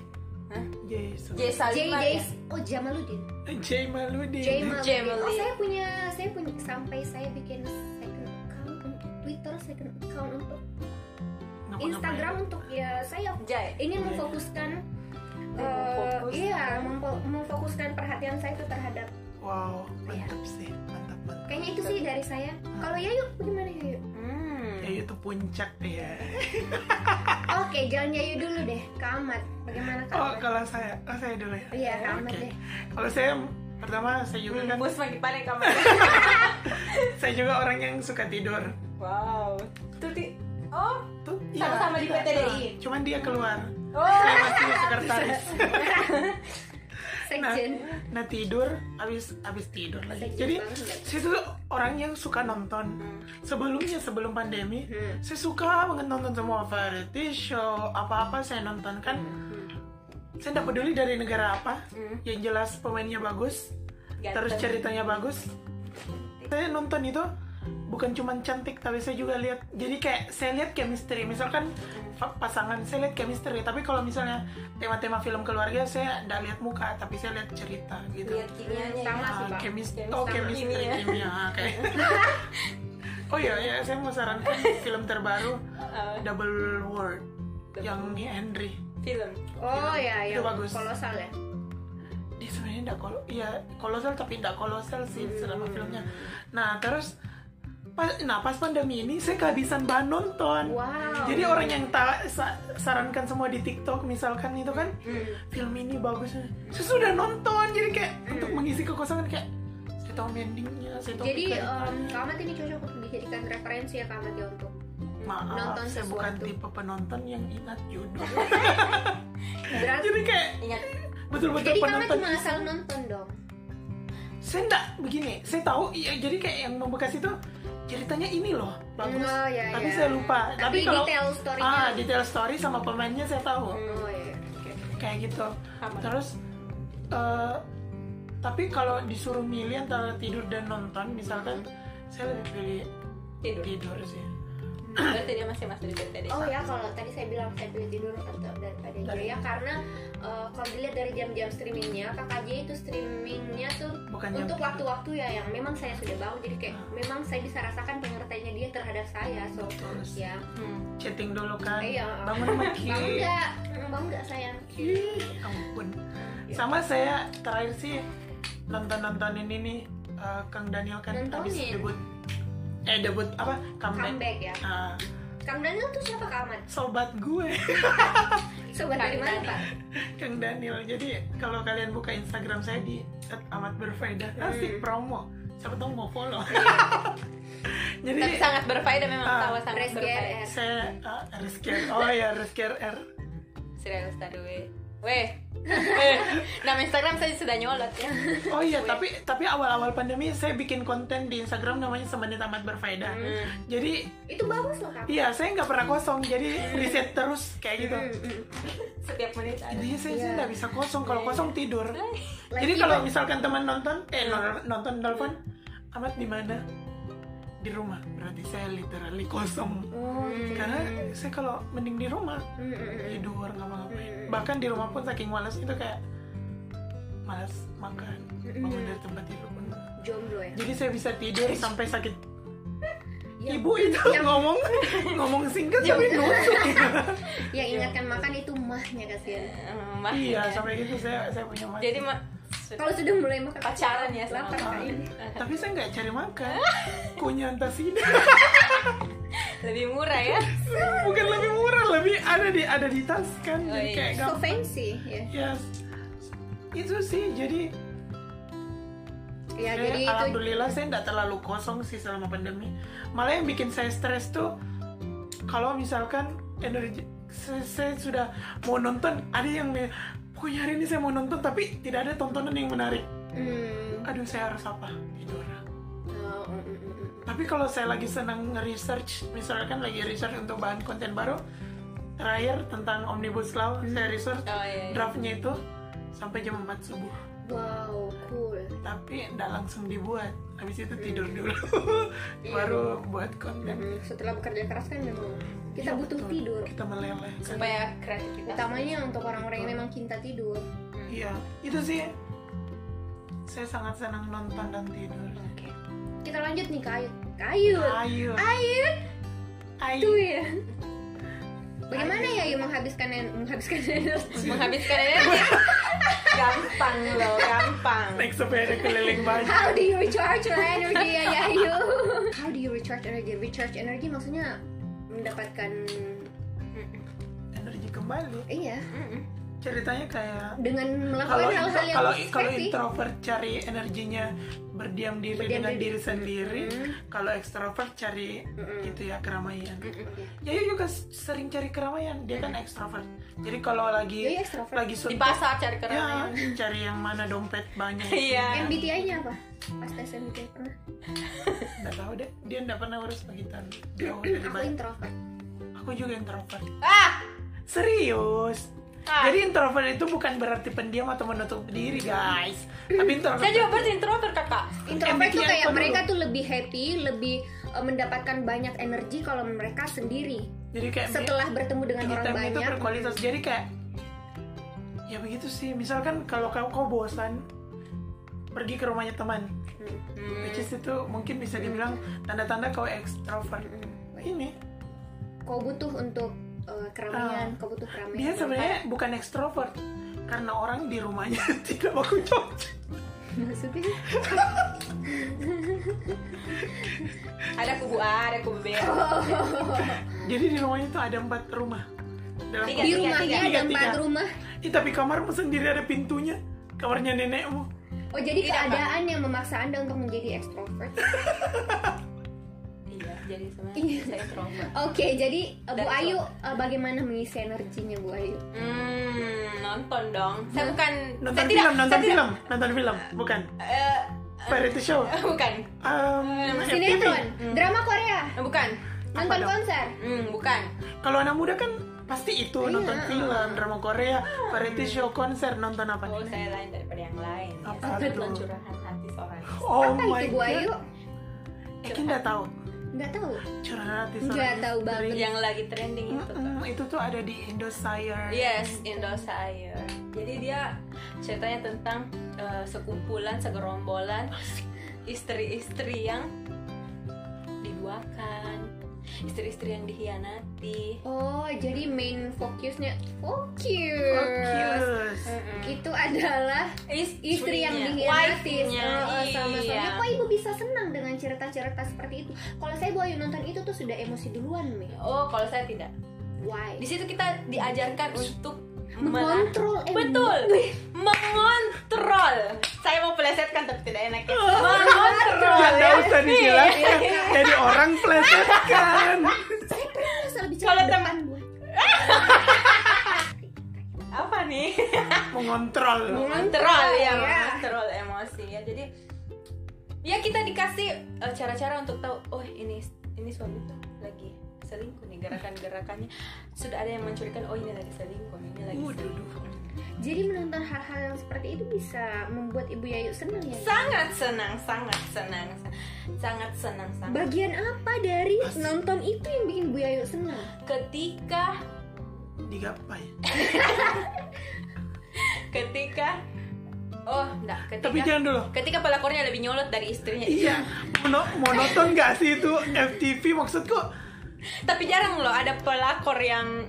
[SPEAKER 3] Hah?
[SPEAKER 1] Jae so-
[SPEAKER 3] J
[SPEAKER 2] J
[SPEAKER 3] Salimah.
[SPEAKER 2] J
[SPEAKER 3] ya?
[SPEAKER 2] oh Jamaludin
[SPEAKER 1] Jae Maludin
[SPEAKER 2] J
[SPEAKER 3] J
[SPEAKER 2] Maludin oh
[SPEAKER 3] Maludin.
[SPEAKER 2] saya punya saya punya sampai saya bikin second account untuk Twitter second account untuk
[SPEAKER 1] Ngapa-ngapain.
[SPEAKER 2] Instagram untuk ya saya
[SPEAKER 3] Jai.
[SPEAKER 1] Iya,
[SPEAKER 2] ingin memfokuskan eh,
[SPEAKER 3] Memfokus.
[SPEAKER 2] iya memfo- memfokuskan perhatian saya itu terhadap
[SPEAKER 1] wow mantap sih mantap mantap
[SPEAKER 2] kayaknya itu sih dari saya
[SPEAKER 1] Ah.
[SPEAKER 2] kalau Yayu gimana Yayu
[SPEAKER 3] Hmm.
[SPEAKER 1] ya itu puncak ya
[SPEAKER 2] oke jangan Yayu dulu deh kamat bagaimana
[SPEAKER 1] oh
[SPEAKER 2] kamat
[SPEAKER 1] kalau saya oh saya dulu ya
[SPEAKER 2] Iya, kamu
[SPEAKER 1] Oke.
[SPEAKER 2] deh.
[SPEAKER 1] kalau saya pertama saya juga kan
[SPEAKER 3] Bus pagi paling kamar.
[SPEAKER 1] saya juga orang yang suka tidur
[SPEAKER 3] wow. Tuh di Oh.
[SPEAKER 1] tuh
[SPEAKER 3] Sama-sama di
[SPEAKER 1] iya.
[SPEAKER 3] PTDI.
[SPEAKER 1] cuman dia keluar
[SPEAKER 3] Oh.
[SPEAKER 1] saya masih sekretaris nah,
[SPEAKER 2] sekjen
[SPEAKER 1] nah tidur abis abis tidur lagi
[SPEAKER 2] Sekjen
[SPEAKER 1] jadi
[SPEAKER 2] banget.
[SPEAKER 1] saya tuh orang yang suka nonton
[SPEAKER 3] Hmm.
[SPEAKER 1] sebelumnya sebelum pandemi
[SPEAKER 2] Hmm.
[SPEAKER 1] saya suka banget nonton semua variety show apa apa saya nonton kan saya tidak peduli dari negara apa
[SPEAKER 3] Hmm.
[SPEAKER 1] yang jelas pemainnya bagus
[SPEAKER 3] Ganteng.
[SPEAKER 1] terus ceritanya bagus saya nonton itu bukan cuman cantik tapi saya juga lihat jadi kayak saya lihat chemistry misalkan
[SPEAKER 3] Hmm.
[SPEAKER 1] fa- pasangan saya lihat chemistry tapi kalau misalnya tema-tema film keluarga saya tidak lihat muka tapi saya lihat cerita gitu
[SPEAKER 3] Lihat kimianya. ya.
[SPEAKER 2] Sama.
[SPEAKER 1] Ah,
[SPEAKER 2] Pak.
[SPEAKER 1] chemis-
[SPEAKER 3] Chemis-
[SPEAKER 1] oh
[SPEAKER 3] sama
[SPEAKER 1] chemistry
[SPEAKER 3] kimia.
[SPEAKER 2] ya.
[SPEAKER 1] kimia, kayak oh iya ya saya mau sarankan film terbaru
[SPEAKER 3] Eh,
[SPEAKER 1] Double World yang Henry
[SPEAKER 3] film.
[SPEAKER 2] oh ya
[SPEAKER 1] Itu
[SPEAKER 2] ya
[SPEAKER 1] bagus.
[SPEAKER 2] kolosal ya
[SPEAKER 1] dia sebenarnya tidak kol ya kolosal tapi tidak kolosal sih
[SPEAKER 2] Hmm.
[SPEAKER 1] selama filmnya nah terus pas nah pas pandemi ini saya kehabisan bahan nonton
[SPEAKER 2] Wow.
[SPEAKER 1] Nah, jadi orang yang tak sa- sarankan semua di TikTok misalkan itu kan
[SPEAKER 3] Hmm,
[SPEAKER 1] film ini bagus saya sudah nonton jadi kayak untuk mengisi kekosongan kayak saya tahu endingnya saya tahu
[SPEAKER 2] Hmm. jadi
[SPEAKER 1] ceritanya.
[SPEAKER 2] em, kamat ini cocok untuk dijadikan referensi ya kamat ya untuk
[SPEAKER 1] maaf
[SPEAKER 2] nonton Iya.
[SPEAKER 1] saya bukan
[SPEAKER 2] sesuatu.
[SPEAKER 1] tipe penonton yang ingat judul Nah.
[SPEAKER 2] berarti
[SPEAKER 1] jadi kayak
[SPEAKER 3] Ingat.
[SPEAKER 1] betul-betul
[SPEAKER 2] Iya. jadi kamat
[SPEAKER 1] penonton
[SPEAKER 2] cuma asal nonton dong
[SPEAKER 1] saya enggak begini saya tahu iya jadi kayak yang membekas itu ceritanya ini loh bagus
[SPEAKER 2] Oh, iya,
[SPEAKER 1] tapi
[SPEAKER 2] iya.
[SPEAKER 1] saya lupa
[SPEAKER 2] tapi,
[SPEAKER 1] tapi, kalau
[SPEAKER 2] detail story-nya
[SPEAKER 1] ah detail story sama pemainnya saya tahu
[SPEAKER 2] oh ya
[SPEAKER 1] kayak gitu
[SPEAKER 3] Aman.
[SPEAKER 1] terus eh, tapi kalau disuruh milih antara tidur dan nonton misalkan saya lebih pilih
[SPEAKER 3] Tidur.
[SPEAKER 1] tidur sih
[SPEAKER 4] berarti dia masih masuk di PT desa
[SPEAKER 3] iya.
[SPEAKER 2] Oh ya kalau tadi saya bilang saya pilih tidur atau daripada Jaya ya, karena eh, kalau dilihat dari jam-jam streamingnya KKJ itu streamingnya tuh
[SPEAKER 1] bukan jam Ah.
[SPEAKER 2] untuk waktu-waktu ya yang memang saya sudah bau jadi kayak memang saya bisa rasakan pengertiannya dia terhadap saya so
[SPEAKER 1] Terus.
[SPEAKER 2] ya
[SPEAKER 4] Hmm.
[SPEAKER 1] chatting dulu kan
[SPEAKER 2] Iya.
[SPEAKER 1] bangun mati
[SPEAKER 2] bangga Mm, bangga sayang
[SPEAKER 1] Ih, ampun
[SPEAKER 2] Iya.
[SPEAKER 1] sama saya terakhir sih nonton nontonin ini nih eh, Kang Daniel kan habis
[SPEAKER 2] Nontonin.
[SPEAKER 1] debut eh debut apa comeback
[SPEAKER 2] comeback ya
[SPEAKER 1] Ah,
[SPEAKER 2] Kang Daniel tuh siapa Kak Ahmad?
[SPEAKER 1] sobat gue
[SPEAKER 2] Sobat dari mana Pak?
[SPEAKER 1] Kang Daniel jadi kalau kalian buka Instagram saya di amat berfaedah asik
[SPEAKER 2] Hmm. Iya.
[SPEAKER 1] promo siapa tahu mau follow
[SPEAKER 4] tapi
[SPEAKER 1] jadi
[SPEAKER 4] sangat berfaedah memang
[SPEAKER 1] Ah.
[SPEAKER 4] tawa sangat
[SPEAKER 2] Res
[SPEAKER 4] berfaedah
[SPEAKER 2] GRR
[SPEAKER 1] saya ah, Rizky R. oh ya Rizky R
[SPEAKER 4] serius tadi weh weh Weh. nama Instagram saya sudah nyolot ya
[SPEAKER 1] oh iya tapi tapi awal-awal pandemi saya bikin konten di Instagram namanya semenit amat berfaedah
[SPEAKER 2] Hmm.
[SPEAKER 1] jadi
[SPEAKER 2] Itu bagus loh Kak
[SPEAKER 1] iya saya nggak pernah kosong jadi riset terus kayak gitu
[SPEAKER 2] Mm, mm.
[SPEAKER 4] setiap menit ada
[SPEAKER 1] jadi saya
[SPEAKER 2] Iya.
[SPEAKER 1] sih nggak bisa kosong kalau kosong tidur
[SPEAKER 2] Like
[SPEAKER 1] jadi
[SPEAKER 2] even-
[SPEAKER 1] kalau misalkan teman nonton eh nor- nonton telepon amat di mana di rumah berarti saya literally kosong
[SPEAKER 2] Oh, gitu.
[SPEAKER 1] karena saya kalau mending di rumah
[SPEAKER 2] Mm, mm, mm.
[SPEAKER 1] tidur nggak mau ngapain
[SPEAKER 2] Hmm.
[SPEAKER 1] bahkan di rumah pun saking malas itu kayak malas makan bangun
[SPEAKER 2] Hmm.
[SPEAKER 1] dari tempat tidur pun
[SPEAKER 2] Jomblo ya
[SPEAKER 1] jadi saya bisa tidur sampai sakit
[SPEAKER 2] Ya.
[SPEAKER 1] ibu itu
[SPEAKER 2] Yang-
[SPEAKER 1] ngomong ngomong singkat tapi nusuk
[SPEAKER 2] Yang Iya,
[SPEAKER 4] Iya.
[SPEAKER 2] ingatkan makan itu mahnya kasihan
[SPEAKER 4] Hmm, mah.
[SPEAKER 1] iya sampai gitu saya saya punya makan
[SPEAKER 4] jadi mah
[SPEAKER 2] Kalau sudah mulai makan
[SPEAKER 4] pacaran ya sama
[SPEAKER 2] Lapar iya. Kak ini
[SPEAKER 1] tapi saya nggak cari makan kunyah antasida
[SPEAKER 4] lebih murah ya
[SPEAKER 1] bukan lebih murah lebih ada di ada di tas kan
[SPEAKER 4] Oh,
[SPEAKER 1] jadi
[SPEAKER 4] iya.
[SPEAKER 1] kayak
[SPEAKER 2] So
[SPEAKER 1] gampang
[SPEAKER 2] fancy ya
[SPEAKER 1] yes itu sih jadi
[SPEAKER 2] Ya
[SPEAKER 4] Eh,
[SPEAKER 1] Saya,
[SPEAKER 2] jadi itu
[SPEAKER 1] alhamdulillah saya nggak terlalu kosong sih selama pandemi. Malah yang bikin saya stres tuh kalau misalkan energi saya, saya sudah mau nonton ada yang nih, pokoknya hari ini saya mau nonton tapi tidak ada tontonan yang menarik.
[SPEAKER 2] Hmm.
[SPEAKER 1] Aduh saya harus apa tidur.
[SPEAKER 2] Oh, mm, mm, mm, mm.
[SPEAKER 1] Tapi kalau saya lagi senang research, misalkan lagi research untuk bahan konten baru, terakhir tentang omnibus law
[SPEAKER 2] Hmm.
[SPEAKER 1] saya research
[SPEAKER 4] oh iya, iya.
[SPEAKER 1] draftnya itu sampai jam 4 subuh.
[SPEAKER 2] Wow, cool.
[SPEAKER 1] tapi nggak langsung dibuat habis itu tidur
[SPEAKER 2] Hmm.
[SPEAKER 1] dulu
[SPEAKER 2] Iya.
[SPEAKER 1] baru buat
[SPEAKER 4] Nah.
[SPEAKER 1] konten
[SPEAKER 2] Mm, Setelah bekerja keras kan memang
[SPEAKER 1] Iya,
[SPEAKER 2] kita butuh
[SPEAKER 1] betul.
[SPEAKER 2] tidur.
[SPEAKER 1] kita meleleh kan.
[SPEAKER 4] supaya kreativitas
[SPEAKER 2] Utamanya untuk orang-orang yang memang cinta tidur.
[SPEAKER 4] Hmm.
[SPEAKER 1] iya itu sih saya sangat senang nonton dan tidur
[SPEAKER 2] Oke. Kita lanjut nih kayu. Kayu.
[SPEAKER 4] Ah.
[SPEAKER 1] ayo
[SPEAKER 2] Ayu,
[SPEAKER 1] ayo
[SPEAKER 2] tuh ya. Bagaimana ya Ayu menghabiskan en- menghabiskan energi?
[SPEAKER 4] menghabiskan energi gampang loh gampang
[SPEAKER 1] naik sepeda keliling banyak
[SPEAKER 2] How do you recharge your energy ya Ayu? How do you recharge energy? Recharge energy maksudnya mendapatkan
[SPEAKER 1] energi kembali
[SPEAKER 2] iya
[SPEAKER 1] ceritanya kayak
[SPEAKER 2] dengan
[SPEAKER 1] kalau
[SPEAKER 2] melakukan hal-hal yang
[SPEAKER 1] kalau kalau
[SPEAKER 2] happy.
[SPEAKER 1] introvert cari energinya berdiam diri
[SPEAKER 2] Berdiam
[SPEAKER 1] dengan
[SPEAKER 2] diri.
[SPEAKER 1] diri sendiri
[SPEAKER 2] Hmm.
[SPEAKER 1] kalau ekstrovert cari
[SPEAKER 2] Mm-mm.
[SPEAKER 1] gitu ya keramaian
[SPEAKER 2] Oke.
[SPEAKER 1] Yayu juga s- sering cari keramaian dia kan ekstrovert jadi kalau lagi
[SPEAKER 2] Yayu extrovert.
[SPEAKER 1] lagi
[SPEAKER 4] di
[SPEAKER 1] suntuk
[SPEAKER 4] pasar cari
[SPEAKER 1] ya
[SPEAKER 4] keramaian
[SPEAKER 1] cari yang mana dompet banyak
[SPEAKER 4] iya
[SPEAKER 2] MBTI-nya apa? Pas tes MBTI pernah.
[SPEAKER 1] nggak tahu deh dia nggak pernah urus pagitan jauh dari
[SPEAKER 2] Aku
[SPEAKER 1] banyak
[SPEAKER 2] introvert.
[SPEAKER 1] aku juga introvert
[SPEAKER 4] ah
[SPEAKER 1] serius
[SPEAKER 4] Ah.
[SPEAKER 1] jadi introvert itu bukan berarti pendiam atau menutup diri guys
[SPEAKER 2] Hmm.
[SPEAKER 1] tapi introvert
[SPEAKER 4] saya juga berarti introvert kakak
[SPEAKER 2] Introvert tuh
[SPEAKER 1] MBTI
[SPEAKER 2] kayak
[SPEAKER 1] apa
[SPEAKER 2] mereka tuh lebih happy, lebih eh, mendapatkan banyak energi kalau mereka sendiri.
[SPEAKER 1] jadi kayak
[SPEAKER 2] Setelah bertemu dengan
[SPEAKER 1] Jadi
[SPEAKER 2] orang
[SPEAKER 1] time itu
[SPEAKER 2] banyak. gitu.
[SPEAKER 1] berkualitas jadi kayak ya begitu sih misalkan kalau kamu kau bosan pergi ke rumahnya teman
[SPEAKER 2] Hmm,
[SPEAKER 1] which is itu mungkin bisa dibilang tanda-tanda kau ekstrovert
[SPEAKER 2] hmm, baik.
[SPEAKER 1] ini
[SPEAKER 2] Kau butuh untuk eh, keramaian, kau butuh keramaian.
[SPEAKER 1] Oh. dia sebenarnya bukan ekstrovert karena orang di rumahnya tidak mau cocok
[SPEAKER 2] maksudnya
[SPEAKER 4] ada kubu A ada kubu B ada
[SPEAKER 1] jadi di rumahnya itu ada empat rumah dalam
[SPEAKER 4] Tiga.
[SPEAKER 2] di
[SPEAKER 1] kamar.
[SPEAKER 2] rumahnya
[SPEAKER 1] tiga,
[SPEAKER 2] ada
[SPEAKER 1] tiga.
[SPEAKER 2] empat rumah.
[SPEAKER 1] Ih, tapi kamarmu sendiri ada pintunya kamarnya nenekmu
[SPEAKER 2] Oh jadi
[SPEAKER 4] Tidak, Pak.
[SPEAKER 2] keadaan yang memaksa anda untuk menjadi ekstrovert.
[SPEAKER 4] iya jadi
[SPEAKER 2] Iya.
[SPEAKER 4] sebenarnya saya introvert
[SPEAKER 2] Oke jadi eh, Bu
[SPEAKER 4] Dan
[SPEAKER 2] Ayu eh, bagaimana mengisi energinya Bu Ayu?
[SPEAKER 4] hmm nonton dong saya bukan
[SPEAKER 1] Ya. nonton
[SPEAKER 4] saya
[SPEAKER 1] film
[SPEAKER 4] tidak,
[SPEAKER 1] nonton
[SPEAKER 4] saya
[SPEAKER 1] film nonton film bukan
[SPEAKER 4] tidak, eh,
[SPEAKER 1] variety show
[SPEAKER 2] Iya.
[SPEAKER 4] bukan Eh,
[SPEAKER 1] um, FTV.
[SPEAKER 2] Sinetron,
[SPEAKER 4] Hmm.
[SPEAKER 2] drama Korea,
[SPEAKER 4] bukan
[SPEAKER 2] nonton
[SPEAKER 1] dong?
[SPEAKER 2] konser.
[SPEAKER 4] hmm bukan
[SPEAKER 1] Kalau anak muda kan pasti
[SPEAKER 2] Iya.
[SPEAKER 1] itu nonton film, drama Korea,
[SPEAKER 2] Ah.
[SPEAKER 1] variety show, konser, nonton apa
[SPEAKER 4] oh
[SPEAKER 1] nih?
[SPEAKER 4] saya lain daripada yang lain ya,
[SPEAKER 1] Apa
[SPEAKER 4] saya
[SPEAKER 1] tuh?
[SPEAKER 4] cuma curahan hati seorang
[SPEAKER 1] Oh
[SPEAKER 2] Apa itu Bu Ayu?
[SPEAKER 1] Eki nggak tahu.
[SPEAKER 2] nggak tahu
[SPEAKER 1] Curhat di
[SPEAKER 2] Nggak tahu banget.
[SPEAKER 4] yang lagi trending itu tuh.
[SPEAKER 1] Mm-mm, itu tuh ada di Indosire.
[SPEAKER 2] Iya.
[SPEAKER 4] Yes, Indosire. Jadi dia ceritanya tentang eh, sekumpulan, segerombolan istri-istri yang diduakan, istri-istri yang dihianati.
[SPEAKER 2] oh jadi main fokusnya
[SPEAKER 1] Oh,
[SPEAKER 2] fokus
[SPEAKER 1] cute.
[SPEAKER 4] Hmm.
[SPEAKER 2] itu adalah istri yang dihianati
[SPEAKER 1] eh,
[SPEAKER 4] Wife-nya,
[SPEAKER 2] Oh, oh, sama
[SPEAKER 4] iya.
[SPEAKER 2] suami kok ibu bisa senang dengan cerita-cerita seperti itu kalau saya bawa Ayu nonton itu tuh sudah emosi duluan Mi
[SPEAKER 4] Oh, kalau saya tidak.
[SPEAKER 2] why
[SPEAKER 4] Di situ kita diajarkan untuk mela-
[SPEAKER 2] mengontrol emosi
[SPEAKER 4] Betul. Mengontrol. Saya mau plesetkan tapi tidak enak ya. Mengontrol.
[SPEAKER 1] Nggak
[SPEAKER 4] ya.
[SPEAKER 1] usah
[SPEAKER 2] Iya,
[SPEAKER 1] dijelaskan. Jadi orang plesetkan.
[SPEAKER 2] saya pernah salah bicara
[SPEAKER 4] Kalau
[SPEAKER 2] di
[SPEAKER 4] tem-
[SPEAKER 2] depan Bu.
[SPEAKER 4] Apa nih?
[SPEAKER 1] Mengontrol.
[SPEAKER 4] mengontrol ya,
[SPEAKER 2] ya.
[SPEAKER 4] mengontrol emosi ya. Jadi ya kita dikasih eh, cara-cara untuk tahu oh ini ini suami tuh lagi selingkuh nih gerakan-gerakannya sudah ada yang mencurigakan oh ini lagi selingkuh ini lagi
[SPEAKER 1] Waduh.
[SPEAKER 4] selingkuh
[SPEAKER 2] jadi menonton hal-hal yang seperti itu bisa membuat ibu Yayu senang ya Mi?
[SPEAKER 4] sangat senang sangat senang sangat senang sangat
[SPEAKER 2] Bagian apa dari nonton itu yang bikin Bu Yayu senang?
[SPEAKER 4] ketika
[SPEAKER 1] Digapai.
[SPEAKER 4] ketika oh enggak ketika
[SPEAKER 2] kan?
[SPEAKER 1] Tapi jangan dulu.
[SPEAKER 4] ketika pelakornya lebih nyolot dari istrinya
[SPEAKER 1] Iya, mono- monoton gak sih itu FTV maksudku
[SPEAKER 4] tapi jarang loh ada pelakor yang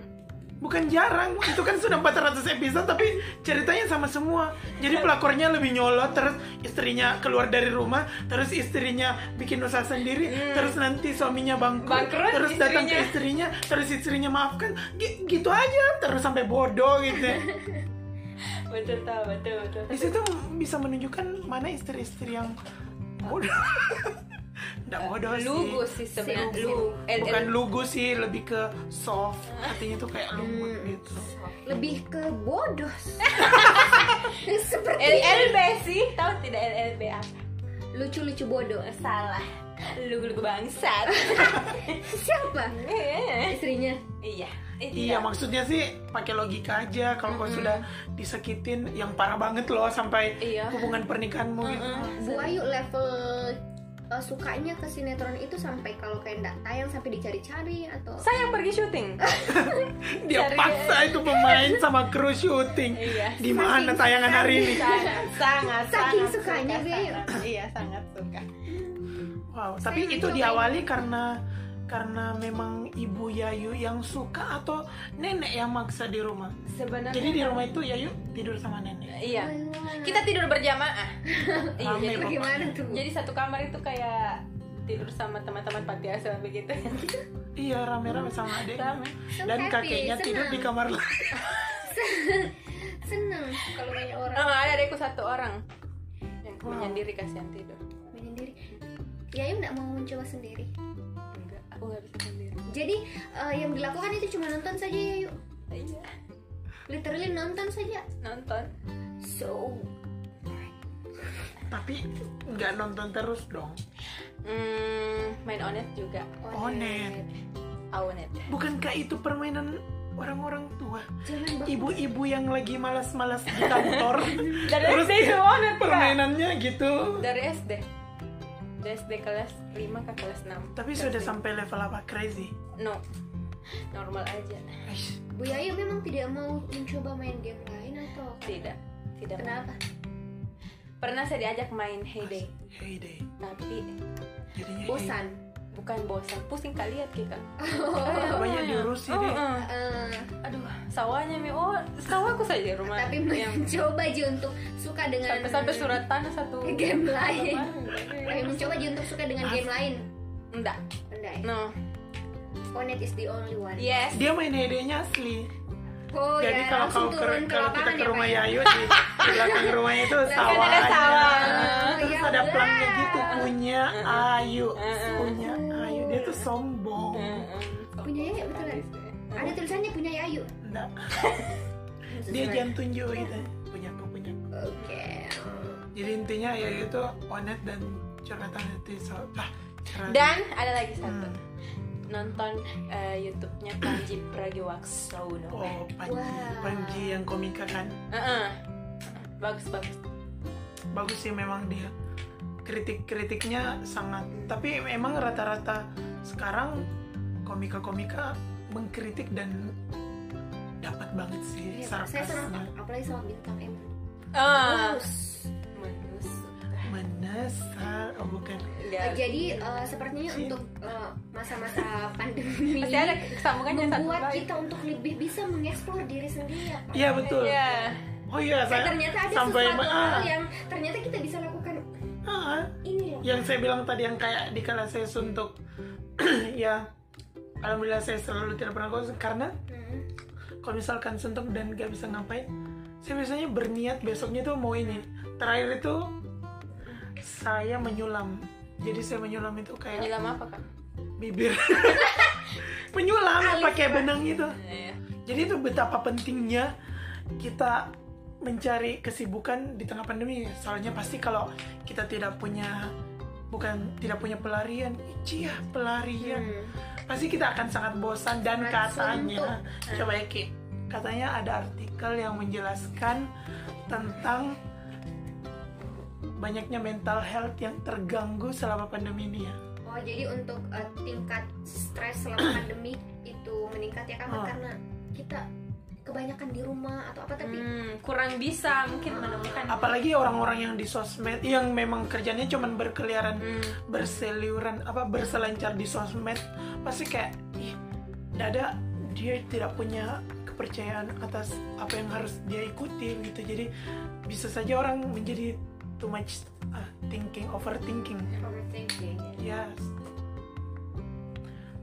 [SPEAKER 1] bukan jarang itu kan sudah 400 episode tapi ceritanya sama semua jadi pelakornya lebih nyolot terus istrinya keluar dari rumah terus istrinya bikin usaha sendiri terus nanti suaminya bangkrut,
[SPEAKER 4] Hmm. Bangkrut
[SPEAKER 1] terus datang ke
[SPEAKER 4] istrinya.
[SPEAKER 1] istrinya terus istrinya maafkan Gi- gitu aja terus sampai bodoh gitu
[SPEAKER 4] betul tahu betul betul
[SPEAKER 1] di situ bisa menunjukkan mana istri-istri yang bodoh nggak bodoh sih
[SPEAKER 4] lugu sih sebenarnya
[SPEAKER 2] Sih,
[SPEAKER 4] lugu Eh, eh,
[SPEAKER 1] bukan lugu sih lebih ke soft artinya tuh kayak lembut
[SPEAKER 2] Hmm.
[SPEAKER 1] gitu
[SPEAKER 2] Lebih ke bodoh. Seperti
[SPEAKER 4] LLB sih tahu tidak LLB apa
[SPEAKER 2] lucu-lucu bodoh.
[SPEAKER 4] salah lugu-lugu bangsat
[SPEAKER 2] Siapa? Istrinya.
[SPEAKER 4] iya eh,
[SPEAKER 1] Iya
[SPEAKER 4] tidak.
[SPEAKER 1] maksudnya sih pakai logika aja kalau kau
[SPEAKER 4] Mm-mm.
[SPEAKER 1] sudah disakitin yang parah banget loh sampai
[SPEAKER 4] Iya.
[SPEAKER 1] hubungan pernikahanmu gitu.
[SPEAKER 4] Mm-mm.
[SPEAKER 2] Bu Ayu level uh, sukanya ke sinetron itu sampai kalau kayak nggak tayang sampai dicari-cari atau
[SPEAKER 4] saya pergi syuting
[SPEAKER 1] Dia
[SPEAKER 4] Cari
[SPEAKER 1] paksa itu pemain sama kru syuting.
[SPEAKER 4] iya
[SPEAKER 1] Di mana
[SPEAKER 2] Saking
[SPEAKER 1] tayangan hari ini?
[SPEAKER 4] sangat sangat
[SPEAKER 2] Saking
[SPEAKER 4] sangat
[SPEAKER 2] sukanya,
[SPEAKER 4] suka,
[SPEAKER 2] Be.
[SPEAKER 4] sangat. iya sangat suka
[SPEAKER 1] Wow, tapi itu
[SPEAKER 2] mencoba
[SPEAKER 1] diawali karena karena memang ibu Yayu yang suka atau nenek yang maksa di rumah.
[SPEAKER 4] sebenarnya
[SPEAKER 1] Jadi di rumah itu Yayu tidur sama nenek.
[SPEAKER 4] iya
[SPEAKER 2] Wah.
[SPEAKER 4] kita tidur berjamaah iya
[SPEAKER 1] Rame,
[SPEAKER 4] jadi,
[SPEAKER 1] Bang.
[SPEAKER 2] bagaimana tuh?
[SPEAKER 4] jadi satu kamar itu kayak tidur sama teman-teman panti asuhan begitu
[SPEAKER 1] Iya rame-rame sama adek.
[SPEAKER 4] Mm. Rame.
[SPEAKER 2] So
[SPEAKER 1] Dan
[SPEAKER 2] happy,
[SPEAKER 1] kakeknya
[SPEAKER 2] senang.
[SPEAKER 1] tidur di kamar lain.
[SPEAKER 2] seneng kalau banyak orang
[SPEAKER 4] Ah, ada adekku satu orang yang menyendiri kasihan tidur
[SPEAKER 2] menyendiri. Yayu nggak mau mencoba sendiri.
[SPEAKER 4] enggak aku nggak bisa sendiri
[SPEAKER 2] Jadi uh, yang dilakukan itu cuma nonton saja Yayu.
[SPEAKER 4] iya
[SPEAKER 2] Literally nonton saja.
[SPEAKER 4] nonton
[SPEAKER 2] So
[SPEAKER 1] Tapi nggak nonton terus dong.
[SPEAKER 4] Hmm, main onet juga.
[SPEAKER 1] Oh,
[SPEAKER 4] iya,
[SPEAKER 1] Onet.
[SPEAKER 4] Aonet.
[SPEAKER 1] Bukankah itu permainan orang-orang tua?
[SPEAKER 2] Jangan bak-
[SPEAKER 1] ibu-ibu yang lagi malas-malas di kantor
[SPEAKER 4] Dari
[SPEAKER 1] terus
[SPEAKER 4] SD itu onet kak.
[SPEAKER 1] permainannya gitu
[SPEAKER 4] Dari SD. Dari SD kelas 5 ke kelas 6.
[SPEAKER 1] tapi sudah sampai level apa crazy
[SPEAKER 4] No. Normal aja.
[SPEAKER 1] Aish,
[SPEAKER 2] Bu Yayu memang tidak mau mencoba main game lain atau
[SPEAKER 4] Tidak. Tidak.
[SPEAKER 2] kenapa?
[SPEAKER 4] Pernah saya diajak main Heyday,
[SPEAKER 1] hey deh
[SPEAKER 4] tapi
[SPEAKER 1] jadinya
[SPEAKER 2] Bosan.
[SPEAKER 4] bukan bosan, pusing kak lihat kita. Oh,
[SPEAKER 1] hey. banyak ya. diurusi deh
[SPEAKER 4] Iya.
[SPEAKER 2] Eh,
[SPEAKER 4] Aduh, sawahnya mi. Oh, sawahku saja rumah.
[SPEAKER 2] tapi
[SPEAKER 4] yang
[SPEAKER 2] mencoba aja untuk suka dengan
[SPEAKER 4] iya. sampai-sampai surat tanah satu.
[SPEAKER 2] game lain.
[SPEAKER 4] Apaan?
[SPEAKER 2] Tapi mencoba aja untuk suka dengan game lain.
[SPEAKER 4] Enggak.
[SPEAKER 2] Pandai.
[SPEAKER 4] No.
[SPEAKER 2] Onet is the only one.
[SPEAKER 4] Yes.
[SPEAKER 1] dia main heyday-nya asli
[SPEAKER 2] Oh
[SPEAKER 1] jadi
[SPEAKER 2] ya,
[SPEAKER 1] kalau
[SPEAKER 2] langsung
[SPEAKER 1] kau ke,
[SPEAKER 2] turun ke
[SPEAKER 1] kalau kita
[SPEAKER 2] lapangan
[SPEAKER 1] ke
[SPEAKER 2] ya,
[SPEAKER 1] rumah
[SPEAKER 2] Pak.
[SPEAKER 1] Yayu di di belakang rumahnya itu
[SPEAKER 4] kan
[SPEAKER 1] sawahnya
[SPEAKER 4] ada sawah.
[SPEAKER 1] terus
[SPEAKER 2] Ya
[SPEAKER 1] ada pelangnya
[SPEAKER 2] benar.
[SPEAKER 1] gitu punya Ayu
[SPEAKER 4] Mm-mm.
[SPEAKER 1] punya Ayu dia tuh sombong
[SPEAKER 2] Punya ya, betul ya? Ada tulisannya punya Yayu.
[SPEAKER 1] Nggak. dia jangan tunjuk gitu punya aku punya aku.
[SPEAKER 2] Oke.
[SPEAKER 1] jadi intinya ya itu onet dan curhatan itu so ah, curhat-
[SPEAKER 4] Dan ada lagi
[SPEAKER 1] Hmm.
[SPEAKER 4] satu. Mm. Nonton eh, YouTube-nya Panji Pragiwaksono.
[SPEAKER 1] oh panji
[SPEAKER 2] Wah.
[SPEAKER 1] panji yang komika kan
[SPEAKER 4] Heeh. Bagus bagus.
[SPEAKER 1] bagus sih memang dia kritik kritiknya sangat tapi memang rata-rata sekarang komika-komika mengkritik dan dapat banget sih
[SPEAKER 2] Iya, saya senang
[SPEAKER 1] sarkasnya
[SPEAKER 2] apalagi sama bintang emang
[SPEAKER 4] Ah.
[SPEAKER 2] Terus,
[SPEAKER 4] Menusuk.
[SPEAKER 1] menesal oh bukan
[SPEAKER 2] eh,
[SPEAKER 4] Enggak.
[SPEAKER 2] jadi eh, sepertinya
[SPEAKER 1] Iya.
[SPEAKER 2] untuk eh, masa-masa pandemi
[SPEAKER 4] Pasti ada sambungannya satu
[SPEAKER 2] membuat
[SPEAKER 4] baik.
[SPEAKER 2] kita untuk lebih bisa mengeksplor diri sendiri ya Pak.
[SPEAKER 1] iya betul
[SPEAKER 4] Iya.
[SPEAKER 1] oh iya
[SPEAKER 2] Eh,
[SPEAKER 1] saya
[SPEAKER 2] ternyata ada
[SPEAKER 1] sampai
[SPEAKER 2] sesuatu
[SPEAKER 1] ah,
[SPEAKER 2] hal yang ternyata kita bisa lakukan
[SPEAKER 1] ah,
[SPEAKER 2] ini loh
[SPEAKER 1] yang saya bilang tadi yang kayak di kala saya suntuk ya alhamdulillah saya selalu tidak pernah kosong karena
[SPEAKER 2] Hmm.
[SPEAKER 1] kalau misalkan suntuk dan gak bisa ngapain saya biasanya berniat besoknya tuh mau ini terakhir itu saya menyulam jadi saya menyulam itu kayak
[SPEAKER 4] Menyelam apa kak?
[SPEAKER 1] bibir menyulam pakai benang itu
[SPEAKER 4] Iya.
[SPEAKER 1] jadi itu betapa pentingnya kita mencari kesibukan di tengah pandemi soalnya pasti kalau kita tidak punya bukan tidak punya pelarian iya pelarian
[SPEAKER 2] Hmm.
[SPEAKER 1] pasti kita akan sangat bosan dan
[SPEAKER 2] Sangat
[SPEAKER 1] katanya coba ya Ki katanya ada artikel yang menjelaskan tentang banyaknya mental health yang terganggu selama pandemi ini ya
[SPEAKER 2] Oh jadi untuk eh, tingkat stres selama pandemi itu meningkat ya kan
[SPEAKER 1] Oh.
[SPEAKER 2] karena kita kebanyakan di rumah atau apa tapi
[SPEAKER 4] Hmm, kurang bisa mungkin menemukan.
[SPEAKER 1] apalagi orang-orang yang di sosmed yang memang kerjanya cuman berkeliaran
[SPEAKER 4] Hmm.
[SPEAKER 1] berseliuran apa berselancar di sosmed pasti kayak ih dada dia tidak punya kepercayaan atas apa yang harus dia ikuti gitu jadi bisa saja orang menjadi too much ah, thinking overthinking
[SPEAKER 2] Ya, overthinking.
[SPEAKER 1] yes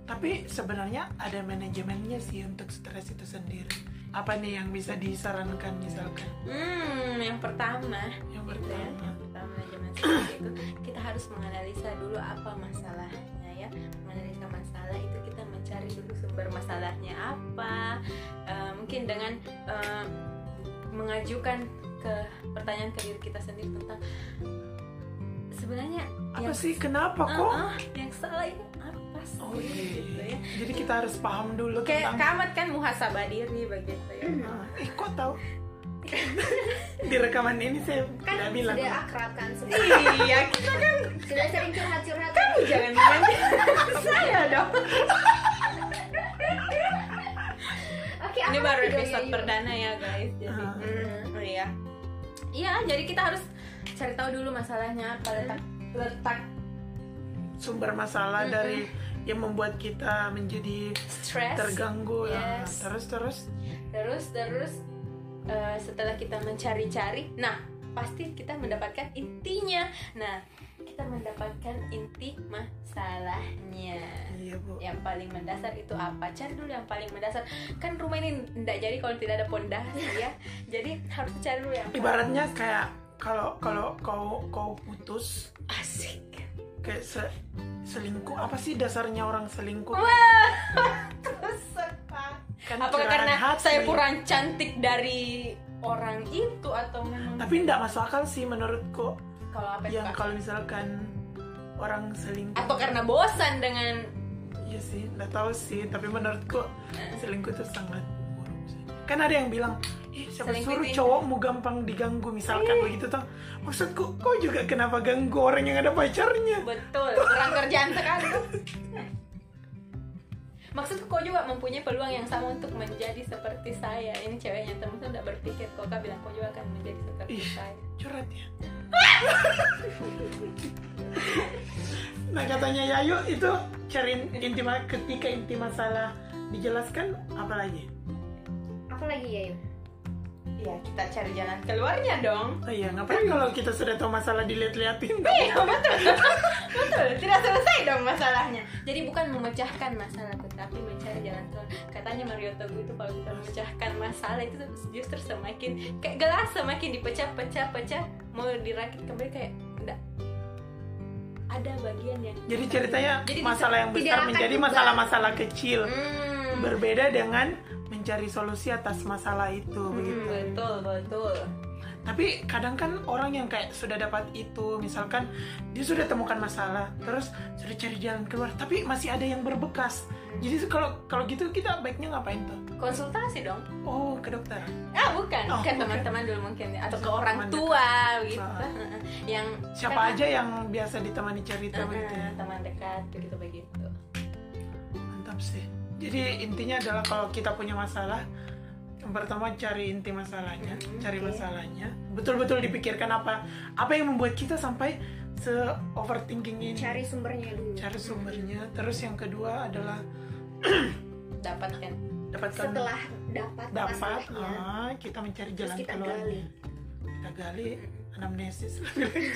[SPEAKER 1] tapi sebenarnya ada manajemennya sih untuk stres itu sendiri apa nih yang bisa disarankan misalkan
[SPEAKER 4] Hmm, yang pertama,
[SPEAKER 1] yang
[SPEAKER 4] gitu ya.
[SPEAKER 1] pertama
[SPEAKER 4] Yang pertama zaman sekarang itu kita harus menganalisa dulu apa masalahnya ya. Menganalisa masalah itu kita mencari dulu sumber masalahnya apa. Eh, mungkin dengan eh, mengajukan ke pertanyaan ke diri kita sendiri tentang sebenarnya
[SPEAKER 1] apa
[SPEAKER 4] yang-
[SPEAKER 1] sih kenapa
[SPEAKER 4] Ah,
[SPEAKER 1] Oh, kok
[SPEAKER 4] ah, yang salah ini apa sih?
[SPEAKER 1] oh iya
[SPEAKER 4] Gitu ya.
[SPEAKER 1] jadi kita harus paham dulu
[SPEAKER 4] Kayak
[SPEAKER 1] tentang
[SPEAKER 4] kamat kan muhasabah diri begitu ya.
[SPEAKER 1] Ah, Eh, kok tahu? Di rekaman ini saya
[SPEAKER 2] Kan
[SPEAKER 1] tidak bilang.
[SPEAKER 2] sudah akrab kan sudah,
[SPEAKER 4] iya, kita kan
[SPEAKER 2] sudah sering curhat-curhat. Kan
[SPEAKER 4] jangan menyanyi saya Iya dong.
[SPEAKER 2] Oke,
[SPEAKER 4] Ini
[SPEAKER 2] apa
[SPEAKER 4] baru
[SPEAKER 2] lagi dong
[SPEAKER 4] episode
[SPEAKER 2] ini?
[SPEAKER 4] perdana ya guys. Jadi,
[SPEAKER 1] Ah.
[SPEAKER 4] Hmm, oh iya. Iya, jadi kita harus cari tahu dulu masalahnya apa letak letak
[SPEAKER 1] Sumber masalah
[SPEAKER 4] Mm-mm.
[SPEAKER 1] dari yang membuat kita menjadi
[SPEAKER 4] stres.
[SPEAKER 1] terganggu. Ah,
[SPEAKER 4] Yes.
[SPEAKER 1] terus terus.
[SPEAKER 4] Terus terus eh, setelah kita mencari-cari, nah pasti kita mendapatkan intinya. Nah, kita mendapatkan inti masalahnya.
[SPEAKER 1] Iya bu.
[SPEAKER 4] yang paling mendasar itu apa cari dulu yang paling mendasar kan rumah ini tidak jadi kalau tidak ada pondasi ya jadi harus cari dulu yang
[SPEAKER 1] Ibaratnya kayak kalau kalau kau kau putus
[SPEAKER 4] asik
[SPEAKER 1] kayak se- selingkuh apa sih dasarnya orang selingkuh?
[SPEAKER 4] wah sepak
[SPEAKER 1] Kan
[SPEAKER 4] apakah
[SPEAKER 1] curahan
[SPEAKER 4] karena
[SPEAKER 1] hati.
[SPEAKER 4] saya kurang cantik dari orang itu atau memang
[SPEAKER 1] Tapi tidak masuk akal sih menurutku
[SPEAKER 4] kalau apa itu
[SPEAKER 1] yang
[SPEAKER 4] Kak?
[SPEAKER 1] kalau misalkan orang selingkuh.
[SPEAKER 4] atau karena bosan dengan
[SPEAKER 1] Iya sih, nggak tahu sih. Tapi menurutku selingkuh itu sangat buruk sih. Kan ada yang bilang, ih siapa suruh
[SPEAKER 4] Selingkuh itu- Iya.
[SPEAKER 1] cowokmu gampang diganggu misalkan begitu tuh. Maksudku, kok juga kenapa ganggu orang yang ada pacarnya?
[SPEAKER 4] betul kurang kerjaan sekali Maksudku kau juga mempunyai peluang yang sama untuk menjadi seperti saya Ini ceweknya teman-teman udah berpikir Kau kan bilang kau juga akan menjadi seperti
[SPEAKER 1] Ih.
[SPEAKER 4] saya
[SPEAKER 1] Curhat ya. nah katanya Yayu itu cari inti ma- ketika inti masalah dijelaskan apa lagi?
[SPEAKER 2] Apa lagi ya, Yu?
[SPEAKER 4] Ya kita cari jalan keluarnya dong.
[SPEAKER 1] Oh iya, ngapain kalau kita sudah tahu masalah dilihat-lihatin?
[SPEAKER 4] Iya betul, betul. Tidak selesai dong masalahnya. Jadi bukan memecahkan masalah, tetapi mencari jalan keluar. Katanya Mario Teguh itu kalau kita memecahkan masalah itu justru semakin kayak gelas semakin dipecah-pecah-pecah mau dirakit kembali kayak enggak ada bagian yang
[SPEAKER 1] Jadi ceritanya
[SPEAKER 4] Jadi bisa-
[SPEAKER 1] masalah yang
[SPEAKER 2] tidak
[SPEAKER 1] besar
[SPEAKER 2] akan
[SPEAKER 1] menjadi
[SPEAKER 2] berubah.
[SPEAKER 1] masalah-masalah kecil.
[SPEAKER 4] Hmm,
[SPEAKER 1] berbeda dengan mencari solusi atas masalah itu
[SPEAKER 4] hmm,
[SPEAKER 1] begitu.
[SPEAKER 4] betul betul.
[SPEAKER 1] Tapi kadang kan orang yang kayak sudah dapat itu, misalkan dia sudah temukan masalah, terus sudah cari jalan keluar, tapi masih ada yang berbekas. Jadi kalau kalau gitu kita baiknya ngapain tuh?
[SPEAKER 4] Konsultasi dong.
[SPEAKER 1] Oh, ke dokter.
[SPEAKER 4] Ah bukan,
[SPEAKER 1] Oh,
[SPEAKER 4] ke
[SPEAKER 1] bukan.
[SPEAKER 4] teman-teman dulu mungkin atau ke
[SPEAKER 1] Teman
[SPEAKER 4] orang
[SPEAKER 1] dekat. Ah.
[SPEAKER 4] tua gitu. Yang
[SPEAKER 1] Siapa aja yang biasa ditemani cerita
[SPEAKER 4] Teman
[SPEAKER 1] begitu ya?
[SPEAKER 4] teman dekat begitu begitu
[SPEAKER 1] sih jadi intinya adalah kalau kita punya masalah yang pertama cari inti masalahnya
[SPEAKER 2] Hmm,
[SPEAKER 1] cari masalahnya betul-betul dipikirkan apa apa yang membuat kita sampai se overthinking ini
[SPEAKER 2] cari sumbernya dulu
[SPEAKER 1] cari sumbernya terus yang kedua adalah
[SPEAKER 4] dapatkan
[SPEAKER 1] dapatkan
[SPEAKER 2] setelah dapat,
[SPEAKER 1] dapat
[SPEAKER 2] masalahnya
[SPEAKER 1] ah, kita mencari
[SPEAKER 2] terus
[SPEAKER 1] jalan
[SPEAKER 2] kita
[SPEAKER 1] keluar
[SPEAKER 2] gali
[SPEAKER 1] kita gali anamnesis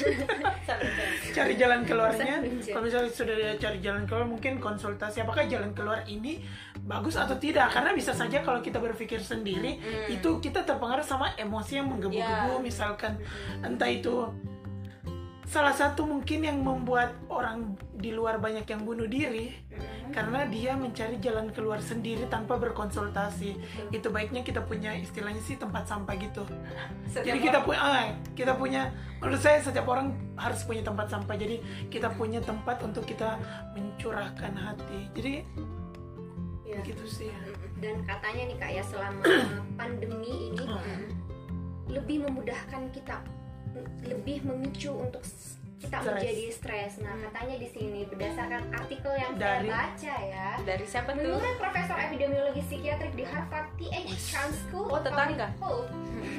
[SPEAKER 4] Sampai ke-
[SPEAKER 1] cari jalan keluarnya
[SPEAKER 2] Bisa.
[SPEAKER 1] kalau misalnya sudah cari jalan keluar mungkin konsultasi apakah jalan keluar ini bagus atau tidak karena bisa saja kalau kita berpikir sendiri
[SPEAKER 4] Hmm.
[SPEAKER 1] itu kita terpengaruh sama emosi yang menggebu-gebu
[SPEAKER 4] Ya.
[SPEAKER 1] misalkan entah itu salah satu mungkin yang membuat orang di luar banyak yang bunuh diri karena dia mencari jalan keluar sendiri tanpa berkonsultasi itu baiknya kita punya istilahnya sih tempat sampah gitu
[SPEAKER 4] Setiap
[SPEAKER 1] jadi kita punya ah, kita punya menurut saya setiap orang harus punya tempat sampah jadi kita punya tempat untuk kita mencurahkan hati jadi
[SPEAKER 4] Iya.
[SPEAKER 2] Ya.
[SPEAKER 1] begitu sih
[SPEAKER 2] dan katanya nih kak ya selama pandemi ini lebih memudahkan kita lebih memicu untuk s- kita
[SPEAKER 1] Stres. Hmm.
[SPEAKER 2] menjadi stres. Nah, katanya di sini berdasarkan artikel yang
[SPEAKER 1] Dari-
[SPEAKER 2] saya baca ya.
[SPEAKER 4] dari siapa tuh
[SPEAKER 2] Menurut Profesor Epidemiologi Psikiatrik di Harvard T.H. Chan School
[SPEAKER 4] Oh,
[SPEAKER 2] of
[SPEAKER 4] tetangga.
[SPEAKER 2] Public Health,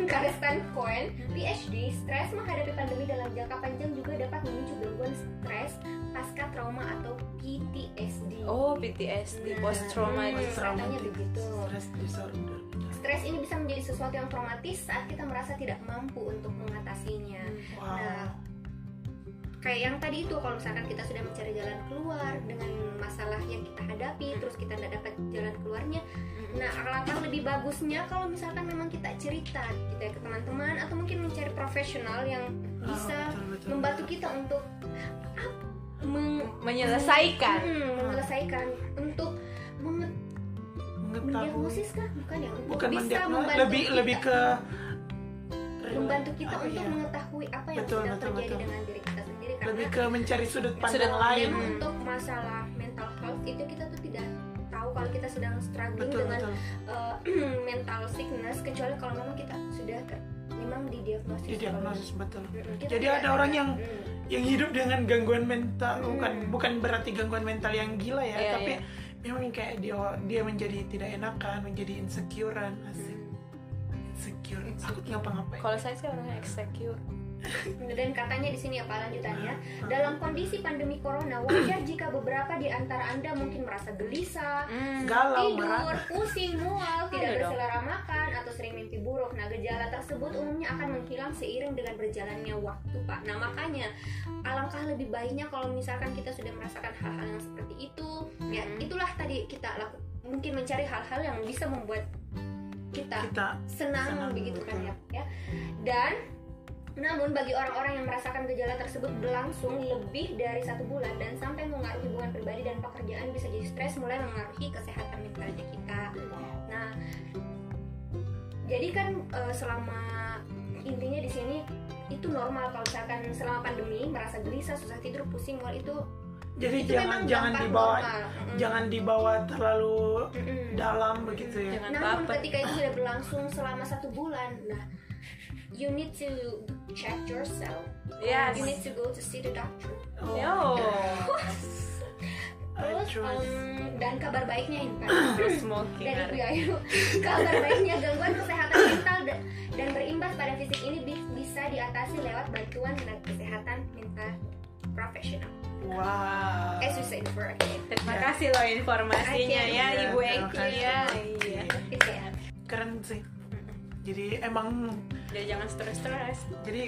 [SPEAKER 2] karya Stan Cohen, PhD, stres menghadapi pandemi dalam jangka panjang juga dapat memicu gangguan stres pasca trauma atau PTSD.
[SPEAKER 4] oh PTSD post trauma
[SPEAKER 2] Hmm.
[SPEAKER 4] disorder.
[SPEAKER 2] katanya begitu.
[SPEAKER 1] stress disorder
[SPEAKER 2] Stres ini bisa menjadi sesuatu yang traumatis saat kita merasa tidak mampu untuk mengatasinya.
[SPEAKER 1] wow
[SPEAKER 2] Nah, kayak yang tadi itu kalau misalkan kita sudah mencari jalan keluar dengan masalah yang kita hadapi terus kita tidak dapat jalan keluarnya nah alangkah lebih bagusnya kalau misalkan memang kita cerita kita ke teman-teman atau mungkin mencari profesional yang
[SPEAKER 1] Ah,
[SPEAKER 2] bisa
[SPEAKER 1] betul, betul,
[SPEAKER 2] membantu
[SPEAKER 1] betul.
[SPEAKER 2] kita untuk ah, meng-
[SPEAKER 4] menyelesaikan
[SPEAKER 2] hmm, menyelesaikan untuk menge-
[SPEAKER 1] mengetahui
[SPEAKER 2] mendiagnosis kah bukan ya untuk
[SPEAKER 1] bukan
[SPEAKER 2] bisa
[SPEAKER 1] mendiagnosis
[SPEAKER 2] membantu
[SPEAKER 1] lebih
[SPEAKER 2] kita,
[SPEAKER 1] lebih ke
[SPEAKER 2] membantu kita
[SPEAKER 1] apa
[SPEAKER 2] untuk
[SPEAKER 1] ya?
[SPEAKER 2] mengetahui apa yang
[SPEAKER 1] Betul,
[SPEAKER 2] sedang
[SPEAKER 1] betul,
[SPEAKER 2] terjadi
[SPEAKER 1] betul.
[SPEAKER 2] dengan diri kita sendiri karena
[SPEAKER 1] lebih ke mencari sudut
[SPEAKER 4] Sudut
[SPEAKER 1] pandang lain
[SPEAKER 2] Memang untuk masalah mental health itu kita tuh tidak tahu kalau kita sedang struggling
[SPEAKER 1] betul
[SPEAKER 2] dengan
[SPEAKER 1] betul
[SPEAKER 2] eh, mental sickness kecuali kalau memang kita sudah ter- memang didiagnosis.
[SPEAKER 1] diagnosis betul
[SPEAKER 2] Mm, kita
[SPEAKER 1] Jadi
[SPEAKER 2] tidak
[SPEAKER 1] ada orang yang-
[SPEAKER 2] Mm,
[SPEAKER 1] yang hidup dengan gangguan mental
[SPEAKER 2] Hmm.
[SPEAKER 1] bukan bukan berarti gangguan mental yang gila ya
[SPEAKER 4] Iya,
[SPEAKER 1] tapi memang kayak dia dia menjadi tidak enakan menjadi insecurean asik
[SPEAKER 2] Hmm.
[SPEAKER 1] insecure takut ngapa-ngapain
[SPEAKER 4] kalau saya sih orangnya execute
[SPEAKER 2] Dan katanya di sini apa lanjutannya?
[SPEAKER 1] Ah.
[SPEAKER 2] Dalam kondisi pandemi corona wajar jika beberapa di antara Anda mungkin merasa gelisah,
[SPEAKER 1] galau
[SPEAKER 2] Hmm. tidur,
[SPEAKER 1] marah
[SPEAKER 2] pusing, mual, tidak
[SPEAKER 4] Aduh Iya dong.
[SPEAKER 2] berselera kan makan, atau sering mimpi buruk. Nah, gejala tersebut umumnya akan menghilang seiring dengan berjalannya waktu, Pak. Nah, makanya alangkah lebih baiknya kalau misalkan kita sudah merasakan hal-hal yang seperti itu, ya itulah tadi kita laku, mungkin mencari hal-hal yang bisa membuat kita
[SPEAKER 1] kita
[SPEAKER 2] senang,
[SPEAKER 1] Senang,
[SPEAKER 2] begitu kan
[SPEAKER 1] betul.
[SPEAKER 2] ya, ya. Dan namun bagi orang-orang yang merasakan gejala tersebut berlangsung lebih dari satu bulan dan sampai mengaruhi hubungan pribadi dan pekerjaan bisa jadi stres mulai mengaruhi kesehatan mentalnya kita. Nah, jadi kan eh, selama intinya di sini itu normal kalau misalkan selama pandemi merasa gelisah, susah tidur, pusing, mual itu
[SPEAKER 1] jadi
[SPEAKER 2] itu
[SPEAKER 1] jangan
[SPEAKER 2] memang
[SPEAKER 1] jangan
[SPEAKER 2] dampak
[SPEAKER 1] dibawa
[SPEAKER 2] normal. Mm-mm.
[SPEAKER 1] jangan dibawa terlalu
[SPEAKER 2] Mm-mm.
[SPEAKER 1] dalam begitu ya
[SPEAKER 4] jangan
[SPEAKER 2] Namun
[SPEAKER 4] baper
[SPEAKER 2] ketika itu sudah berlangsung selama satu bulan, nah you need to check yourself.
[SPEAKER 4] Yes.
[SPEAKER 2] You need to go to see the doctor.
[SPEAKER 1] Oh,
[SPEAKER 4] yo
[SPEAKER 1] I
[SPEAKER 2] Terus
[SPEAKER 1] trust.
[SPEAKER 2] um, dan kabar baiknya ini Pak.
[SPEAKER 4] smoking
[SPEAKER 2] dari Bu Yayu, kabar baiknya gangguan kesehatan mental da- dan berimbas pada fisik ini bi- bisa diatasi lewat bantuan dan kesehatan mental profesional.
[SPEAKER 4] um,
[SPEAKER 1] wow
[SPEAKER 4] eh,
[SPEAKER 2] As you said before, okay.
[SPEAKER 4] terima kasih loh informasinya
[SPEAKER 1] Iya,
[SPEAKER 2] Oke.
[SPEAKER 4] ya ibu
[SPEAKER 1] Terima
[SPEAKER 4] Eki
[SPEAKER 1] kasih.
[SPEAKER 4] ya iya
[SPEAKER 2] It's it.
[SPEAKER 1] gitu. keren sih jadi emang
[SPEAKER 4] jadi jangan stres-stres
[SPEAKER 2] Hmm.
[SPEAKER 1] Jadi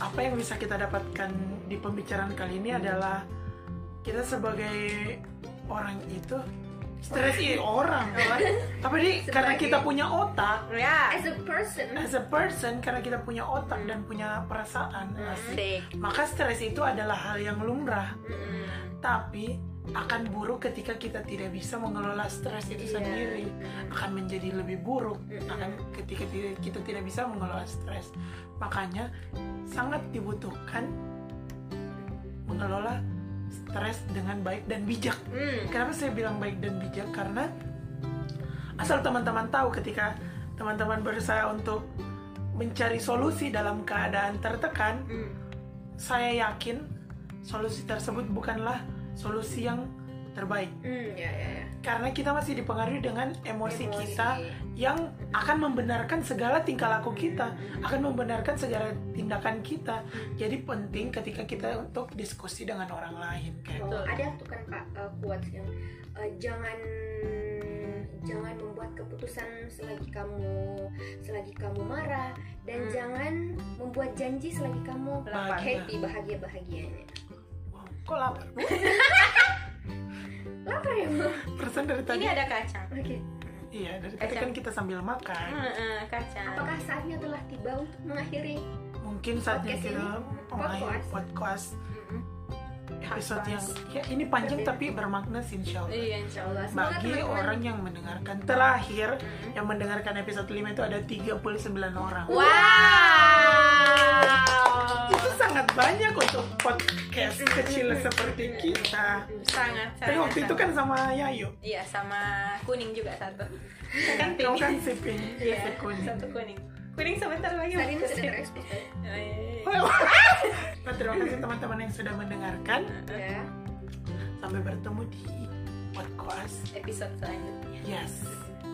[SPEAKER 1] apa yang bisa kita dapatkan di pembicaraan kali ini adalah kita sebagai orang itu stres i orang. ya kan? Tapi di karena kita punya otak
[SPEAKER 4] ya
[SPEAKER 2] As a person,
[SPEAKER 1] as a person karena kita punya otak dan punya perasaan asik.
[SPEAKER 4] asik
[SPEAKER 1] Maka stres itu adalah hal yang lumrah,
[SPEAKER 2] Hmm.
[SPEAKER 1] tapi akan buruk ketika kita tidak bisa mengelola stres itu
[SPEAKER 2] Iya.
[SPEAKER 1] sendiri akan menjadi lebih buruk akan ketika ti- kita tidak bisa mengelola stres makanya sangat dibutuhkan mengelola stres dengan baik dan bijak
[SPEAKER 4] Hmm.
[SPEAKER 1] kenapa saya bilang baik dan bijak karena asal teman-teman tahu ketika teman-teman berusaha untuk mencari solusi dalam keadaan tertekan
[SPEAKER 4] Hmm.
[SPEAKER 1] saya yakin solusi tersebut bukanlah solusi yang terbaik
[SPEAKER 2] mm, ya ya ya.
[SPEAKER 1] karena kita masih dipengaruhi dengan emosi kita yang akan membenarkan segala tingkah laku kita, akan membenarkan segala tindakan kita. Jadi penting ketika kita untuk diskusi dengan orang lain kayak.
[SPEAKER 2] Oh, ada tuh kan kak eh, quotes yang eh, jangan jangan membuat keputusan selagi kamu selagi kamu marah dan
[SPEAKER 4] Hmm.
[SPEAKER 2] jangan membuat janji selagi kamu
[SPEAKER 1] Bahagia.
[SPEAKER 2] happy bahagia bahagianya.
[SPEAKER 1] Wow, kok lapar?
[SPEAKER 2] Lapar ya Bu?
[SPEAKER 1] Persen dari tadi.
[SPEAKER 4] Ini ada kacang.
[SPEAKER 2] Oke.
[SPEAKER 1] Iya, dari tadi
[SPEAKER 4] Kacang.
[SPEAKER 1] kan kita sambil makan.
[SPEAKER 4] Heeh, kacang.
[SPEAKER 2] Apakah saatnya telah tiba untuk mengakhiri?
[SPEAKER 1] Mungkin saatnya
[SPEAKER 2] Podcast
[SPEAKER 1] kita
[SPEAKER 2] ini.
[SPEAKER 1] mengakhiri
[SPEAKER 2] Podcast.
[SPEAKER 1] podcast
[SPEAKER 4] Mm-mm.
[SPEAKER 1] episode yang
[SPEAKER 4] Podcast.
[SPEAKER 1] ya ini panjang tapi bermakna sih insya Allah.
[SPEAKER 4] Iya, insya Allah.
[SPEAKER 2] Semoga
[SPEAKER 1] Bagi
[SPEAKER 2] teman-teman-
[SPEAKER 1] orang yang mendengarkan terakhir
[SPEAKER 4] Mm-mm.
[SPEAKER 1] yang mendengarkan episode 5 itu ada 39 orang.
[SPEAKER 4] Wow.
[SPEAKER 1] Itu sangat banyak untuk podcast kecil seperti kita.
[SPEAKER 4] Sangat,
[SPEAKER 1] Tapi
[SPEAKER 4] sangat.
[SPEAKER 1] waktu itu kan sama Yayu.
[SPEAKER 4] Iya, sama kuning juga satu.
[SPEAKER 1] Kan kau kan sipin. Iya,
[SPEAKER 4] Iya,
[SPEAKER 1] sekuning.
[SPEAKER 4] Satu kuning. Kuning sebentar lagi.
[SPEAKER 2] Saat ini
[SPEAKER 4] mau
[SPEAKER 2] sudah
[SPEAKER 4] kesini.
[SPEAKER 2] terekspos ya.
[SPEAKER 4] Oh, iya, iya.
[SPEAKER 1] Nah, terima kasih teman-teman yang sudah mendengarkan. iya.
[SPEAKER 2] Ya.
[SPEAKER 1] Sampai bertemu di podcast.
[SPEAKER 4] Episode selanjutnya.
[SPEAKER 1] Yes.